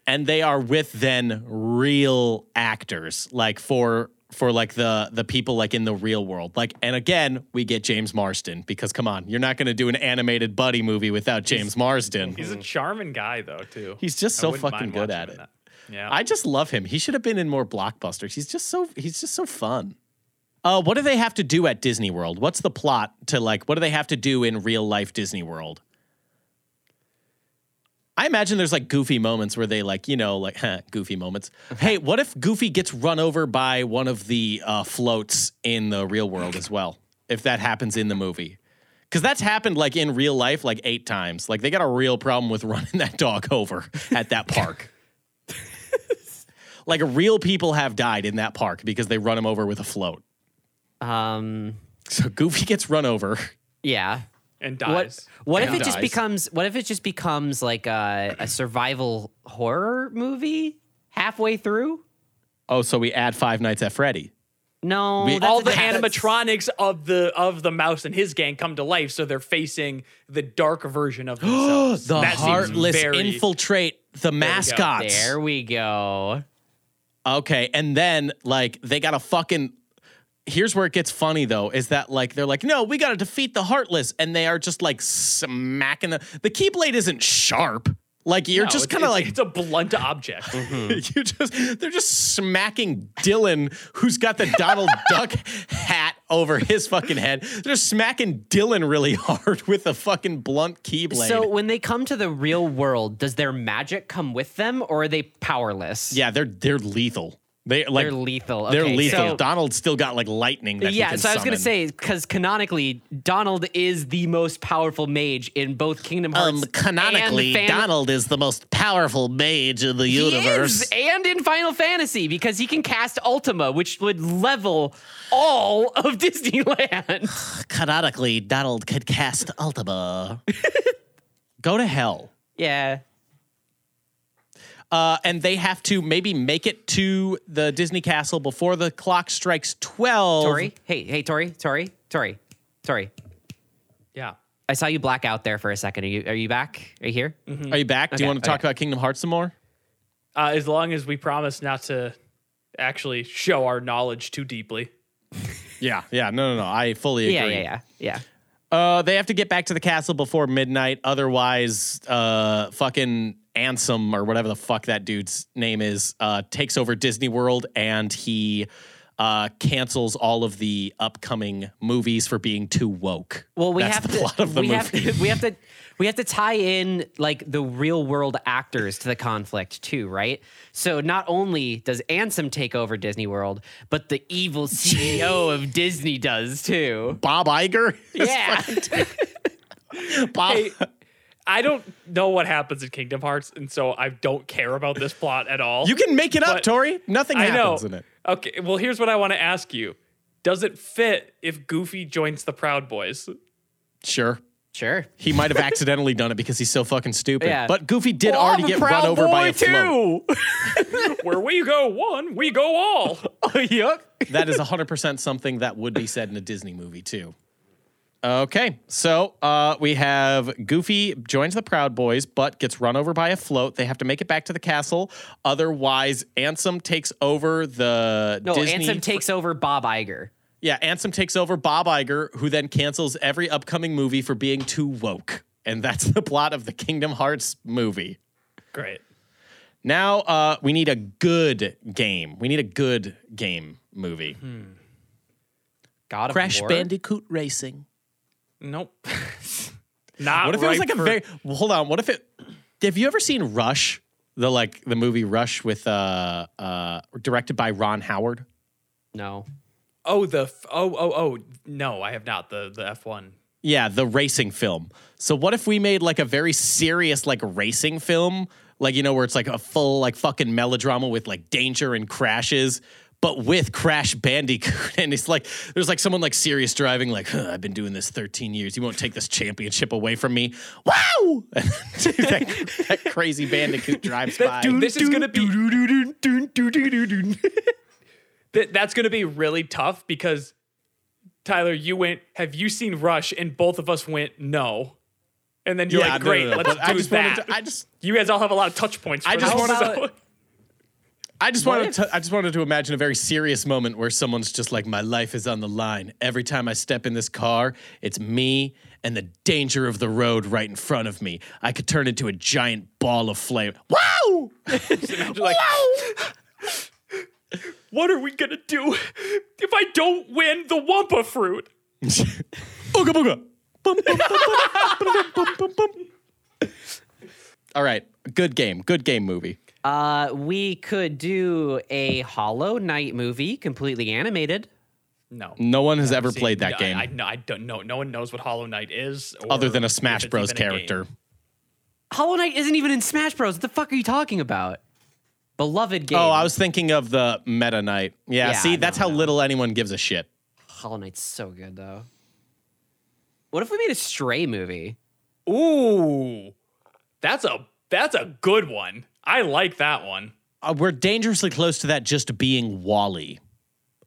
and they are with then real actors like for for like the the people like in the real world like and again we get james marsden because come on you're not going to do an animated buddy movie without james marsden He's a charming guy though, too. Mm. he's just I so wouldn't fucking mind good watching at him it in that. Yeah, i just love him he should have been in more blockbusters he's just so he's just so fun uh, what do they have to do at disney world what's the plot to like what do they have to do in real life disney world I imagine there's like goofy moments where they like, you know, like goofy moments. Hey, what if Goofy gets run over by one of the uh, floats in the real world as well? If that happens in the movie. Because that's happened like in real life like eight times. Like they got a real problem with [LAUGHS] running that dog over at that park. like real people have died in that park because they run him over with a float. Um, So Goofy gets run over. yeah. and What? dies. What Yeah. if it Dies. just becomes? What if it just becomes like a, a survival horror movie halfway through? Oh, so we add Five Nights at [GASPS] Freddy. No, We- that's all a the different- animatronics of the of the mouse and his gang come to life, so they're facing the dark version [GASPS] of themselves. The That seems heartless very- infiltrate the mascots. There we go. Okay, and then like they got to fucking. Here's where it gets funny though, is that like they're like, no, we got to defeat the heartless, and they are just like smacking the the keyblade isn't sharp. Like you're No, just it's- kind of it's- like Mhm. it's a blunt [LAUGHS] object. you just they're just smacking Dylan, who's got the [LAUGHS] Donald Duck hat over his fucking head. They're just smacking Dylan really hard with a fucking blunt keyblade. So when they come to the real world, does their magic come with them, or are they powerless? yeah, they're they're lethal. They like they're lethal. they're Okay, lethal. so- Donald's still got like lightning. That he yeah, can so I was gonna summon. say because canonically, Donald is the most powerful mage in both Kingdom Hearts. Um, canonically, and Fan- Donald is the most powerful mage in the He universe. is, and in Final Fantasy because he can cast Ultima, which would level all of [LAUGHS] Disneyland. [LAUGHS] Canonically, Donald could cast Ultima. Go to hell. yeah, Uh, and they have to maybe make it to the Disney castle before the clock strikes 12. Tori. Hey, hey, Tori, Tori, Tori, Tori. Yeah. I saw you black out there for a second. Are you are you back? Are you here? Mm-hmm. Are you back? Do you Okay, want to talk okay. about Kingdom Hearts some more? Uh, as long as we promise not to actually show our knowledge too deeply. Yeah. Yeah. No, no, no. I fully agree. Yeah, yeah, yeah, yeah. Uh, they have to get back to the castle before midnight. Otherwise, uh, fucking Ansem or whatever the fuck that dude's name is uh, takes over Disney World and he uh, cancels all of the upcoming movies for being too woke. Well, we That's have the to. plot of the we movie. have to. [LAUGHS] We have to. We have to tie in like the real world actors to the conflict too, right? So not only does Ansem take over Disney World, but the evil CEO of Disney does [LAUGHS] too. Bob Iger. is Yeah. fucking- Bob. Hey, I don't know what happens in Kingdom Hearts, and so I don't care about this plot at all. you can make it up, But- Tori. Nothing I know. happens in it. Okay, well, here's what I want to ask you. Does it fit if Goofy joins the Proud Boys? Sure. Sure. He might have accidentally done it because he's so fucking stupid. Yeah. Oh, But Goofy did already get run over by Oh, a float. [LAUGHS] Where we go one, we go all. Oh, Yuck. that is 100% something that would be said in a Disney movie, too. Okay, so uh, we have Goofy joins the Proud Boys, but gets run over by a float. They have to make it back to the castle. Otherwise, Ansem takes over the No, Disney. Ansem takes over Bob Iger. yeah, Ansem takes over Bob Iger, who then cancels every upcoming movie for being too woke. And that's the plot of the Kingdom Hearts movie. Great. Now uh, we need a good game. We need a good game movie. God of Crash War. Bandicoot Racing. Nope. [LAUGHS] Not What if it ripe was like a for- very well, hold on? What if it? Have you ever seen Rush? The like the movie Rush with uh uh directed by Ron Howard. No. Oh the f- oh oh oh no, I have not the the F one. Yeah, the racing film. So what if we made like a very serious like racing film, like you know where it's like a full like fucking melodrama with like danger and crashes, but with Crash Bandicoot, [LAUGHS] and it's like there's like someone like serious driving, like huh, I've been doing this 13 years, you won't take this championship away from me. Wow! [LAUGHS] that, that crazy Bandicoot drives by. This is gonna be Th- that's gonna be really tough because Tyler, you went. Have you seen Rush? And both of us went no. And then you're like, no, no, great, no, let's but do I just wanted that. to- I just you guys all have a lot of touch points. For I just this, wanted [LAUGHS] so- I just wanted to, I just wanted to imagine a very serious moment where someone's just like, "My life is on the line. Every time I step in this car, it's me and the danger of the road right in front of me. I could turn into a giant ball of flame. Wow! [LAUGHS] You're like, what are we gonna do [LAUGHS] if I don't win the Wampa fruit? Ooga booga! Bum, bum, bum, bum, bum, bum, bum, bum. All right, good game, good game movie. Uh, we could do a Hollow Knight movie, completely animated. No. No one has ever See, played that no, game I, I, no, I don't know. No one knows what Hollow Knight is, or other than a if Smash it's Bros. even a game. character. Hollow Knight isn't even in Smash Bros. What the fuck are you talking about? Beloved game. Oh, I was thinking of the Meta Knight. Yeah, Yeah, see, that's no, how little anyone gives a shit. Hollow Knight's so good though. What if we made a Stray movie? Ooh, that's a that's a good one. I like that one. uh, we're dangerously close to that just being Wally.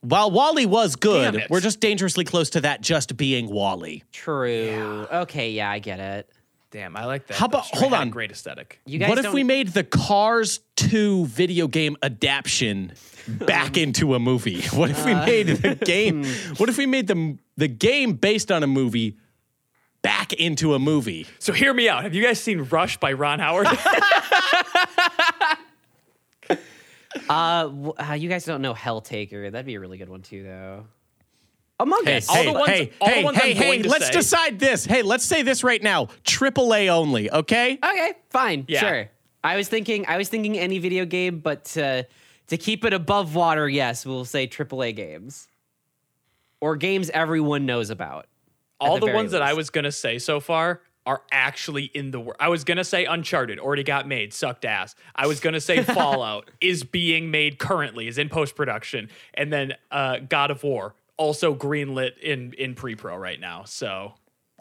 While Wally was good, Damn it. we're just dangerously close to that just being Wally. True. Okay, yeah, I get it. Damn, I like that. How about- That's right, hold had a on. Great aesthetic. You guys what if don't- we made the Cars 2 video game adaptation back into a movie? [LAUGHS] What if we made [LAUGHS] the game? What if we made the the game based on a movie back into a movie? So hear me out. Have you guys seen Rush by Ron Howard? [LAUGHS] uh, w- uh, you guys don't know Helltaker. That'd be a really good one too, though. Among Hey, Us. all hey, the ones- hey, all the hey, ones I'm hey, going hey, to let's say. decide this. Hey, let's say this right now. AAA only, okay? Okay, fine. Yeah. Sure. I was thinking I was thinking any video game, but to to keep it above water, yes, we'll say AAA games. Or games everyone knows about. all the the, very ones that I least. was gonna say so far are actually in the world. I was gonna say Uncharted already got made, sucked ass. I was [LAUGHS] gonna say Fallout is being made currently, is in post production, and then uh, God of War also greenlit in in pre pro right now. So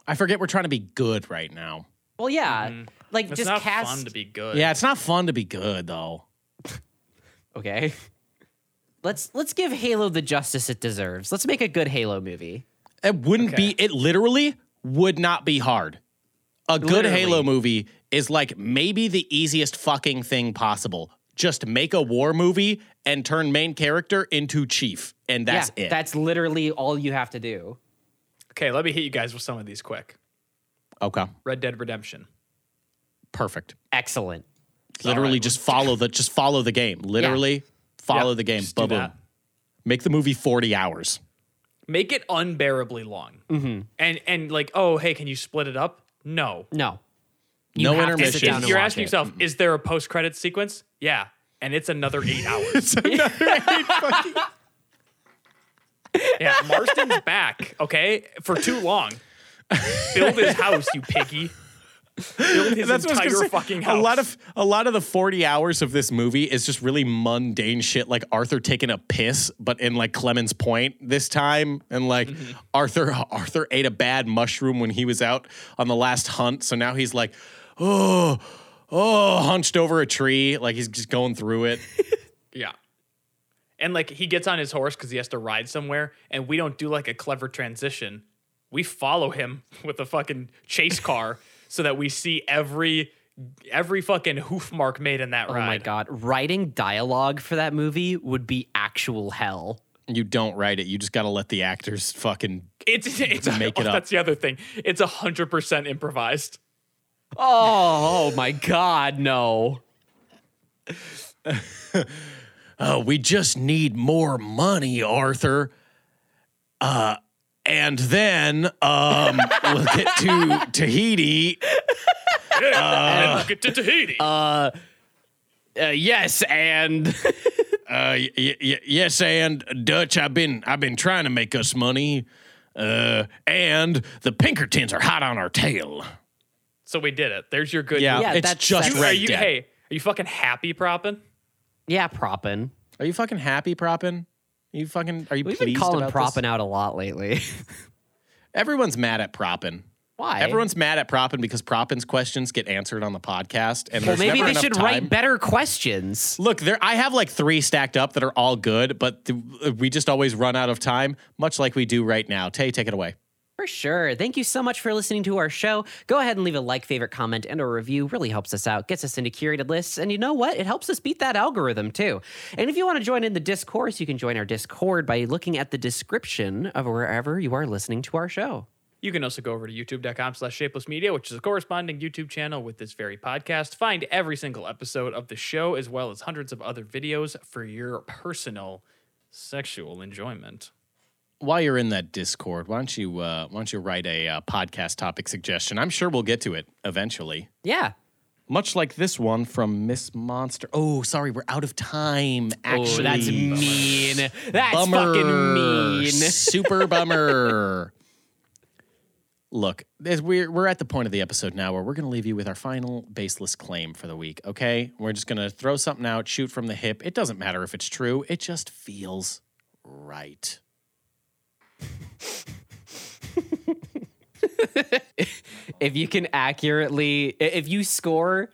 I forget we're trying to be good right now. Well, yeah. Like it's just Mm-hmm. not cast fun to be good. Yeah, it's not fun to be good though. Okay. [LAUGHS] Let's let's give Halo the justice it deserves. Let's make a good Halo movie. It wouldn't Okay. be. It literally would not be hard. A good Literally. Halo movie is like maybe the easiest fucking thing possible. Just make a war movie and turn main character into chief, and that's yeah, it. That's literally all you have to do. Okay, let me hit you guys with some of these quick. okay, Red Dead Redemption. perfect. Excellent. Literally, right. just follow the just follow the game. Literally, follow Yeah, the game. just do Boom, boom. that. Make the movie forty hours. Make it unbearably long. Mm-hmm. And and like, oh hey, can you split it up? No. No. No have to sit intermission. down and You're watch asking it. yourself, Mm-hmm. is there a post credit sequence? Yeah. And it's another [LAUGHS] eight hours. [LAUGHS] yeah, Marston's back, okay? For too long. Build his house, you piggy. Build his That's what I entire was gonna say. fucking house. A lot of a lot of the forty hours of this movie is just really mundane shit, like Arthur taking a piss, but in like Clemens Point this time, and like Mm-hmm. Arthur Arthur ate a bad mushroom when he was out on the last hunt, so now he's like, oh, oh, hunched over a tree, like he's just going [LAUGHS] through it. Yeah. And like he gets on his horse because he has to ride somewhere, and we don't do like a clever transition. We follow him [LAUGHS] with a fucking chase car so that we see every every fucking hoof mark made in that Oh ride. my god. Writing dialogue for that movie would be actual hell. you don't write it; you just got to let the actors fucking. It's it's Make [LAUGHS] oh, it up. That's the other thing. It's hundred percent improvised. Oh, oh my god, no. Oh, we just need more money, Arthur. Uh, and then um, [LAUGHS] we'll get to Tahiti. and we'll get to Tahiti. Uh, yes, and Uh, y- y- y- yes, and Dutch. I've been I've been trying to make us money. Uh, and the Pinkertons are hot on our tail. so we did it. There's your good. Yeah, it's that's- just that's- You- are Red you, Dead. hey, are you fucking happy propping? [LAUGHS] yeah, propping. Are you fucking happy, propping? Are you fucking? Are you We've been pleased calling about propping this? out a lot lately. [LAUGHS] Everyone's mad at propping. Why? Everyone's mad at propping because propping's questions get answered on the podcast, and well, there's maybe never they enough should time. write better questions. Look, there. I have like three stacked up that are all good, but th- uh, we just always run out of time, much like we do right now. Tay, take it away. For sure. Thank you so much for listening to our show. Go ahead and leave a like, favorite, comment, and a review. Really helps us out, gets us into curated lists, and you know what? It helps us beat that algorithm too. And if you want to join in the discourse, you can join our Discord by looking at the description of wherever you are listening to our show. You can also go over to youtube.com slash shapeless media, which is a corresponding YouTube channel with this very podcast. Find every single episode of the show, as well as hundreds of other videos for your personal sexual enjoyment. While you're in that Discord, why don't you uh, why don't you write a uh, podcast topic suggestion? I'm sure we'll get to it eventually. Yeah. Much like this one from Miss Monster. Oh, sorry, we're out of time. Actually, oh, that's mean. That's bummer. fucking mean. [LAUGHS] Super bummer. Look, as we're we're at the point of the episode now where we're going to leave you with our final baseless claim for the week. Okay, we're just going to throw something out, shoot from the hip. It doesn't matter if it's true; it just feels right. [LAUGHS] if you can accurately i- if you score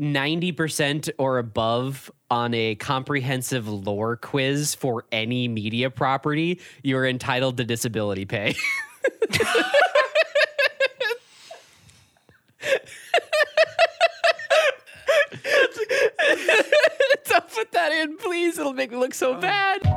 90% or above on a comprehensive lore quiz for any media property you're entitled to disability pay [LAUGHS] Uh, don't put that in please it'll make me look so bad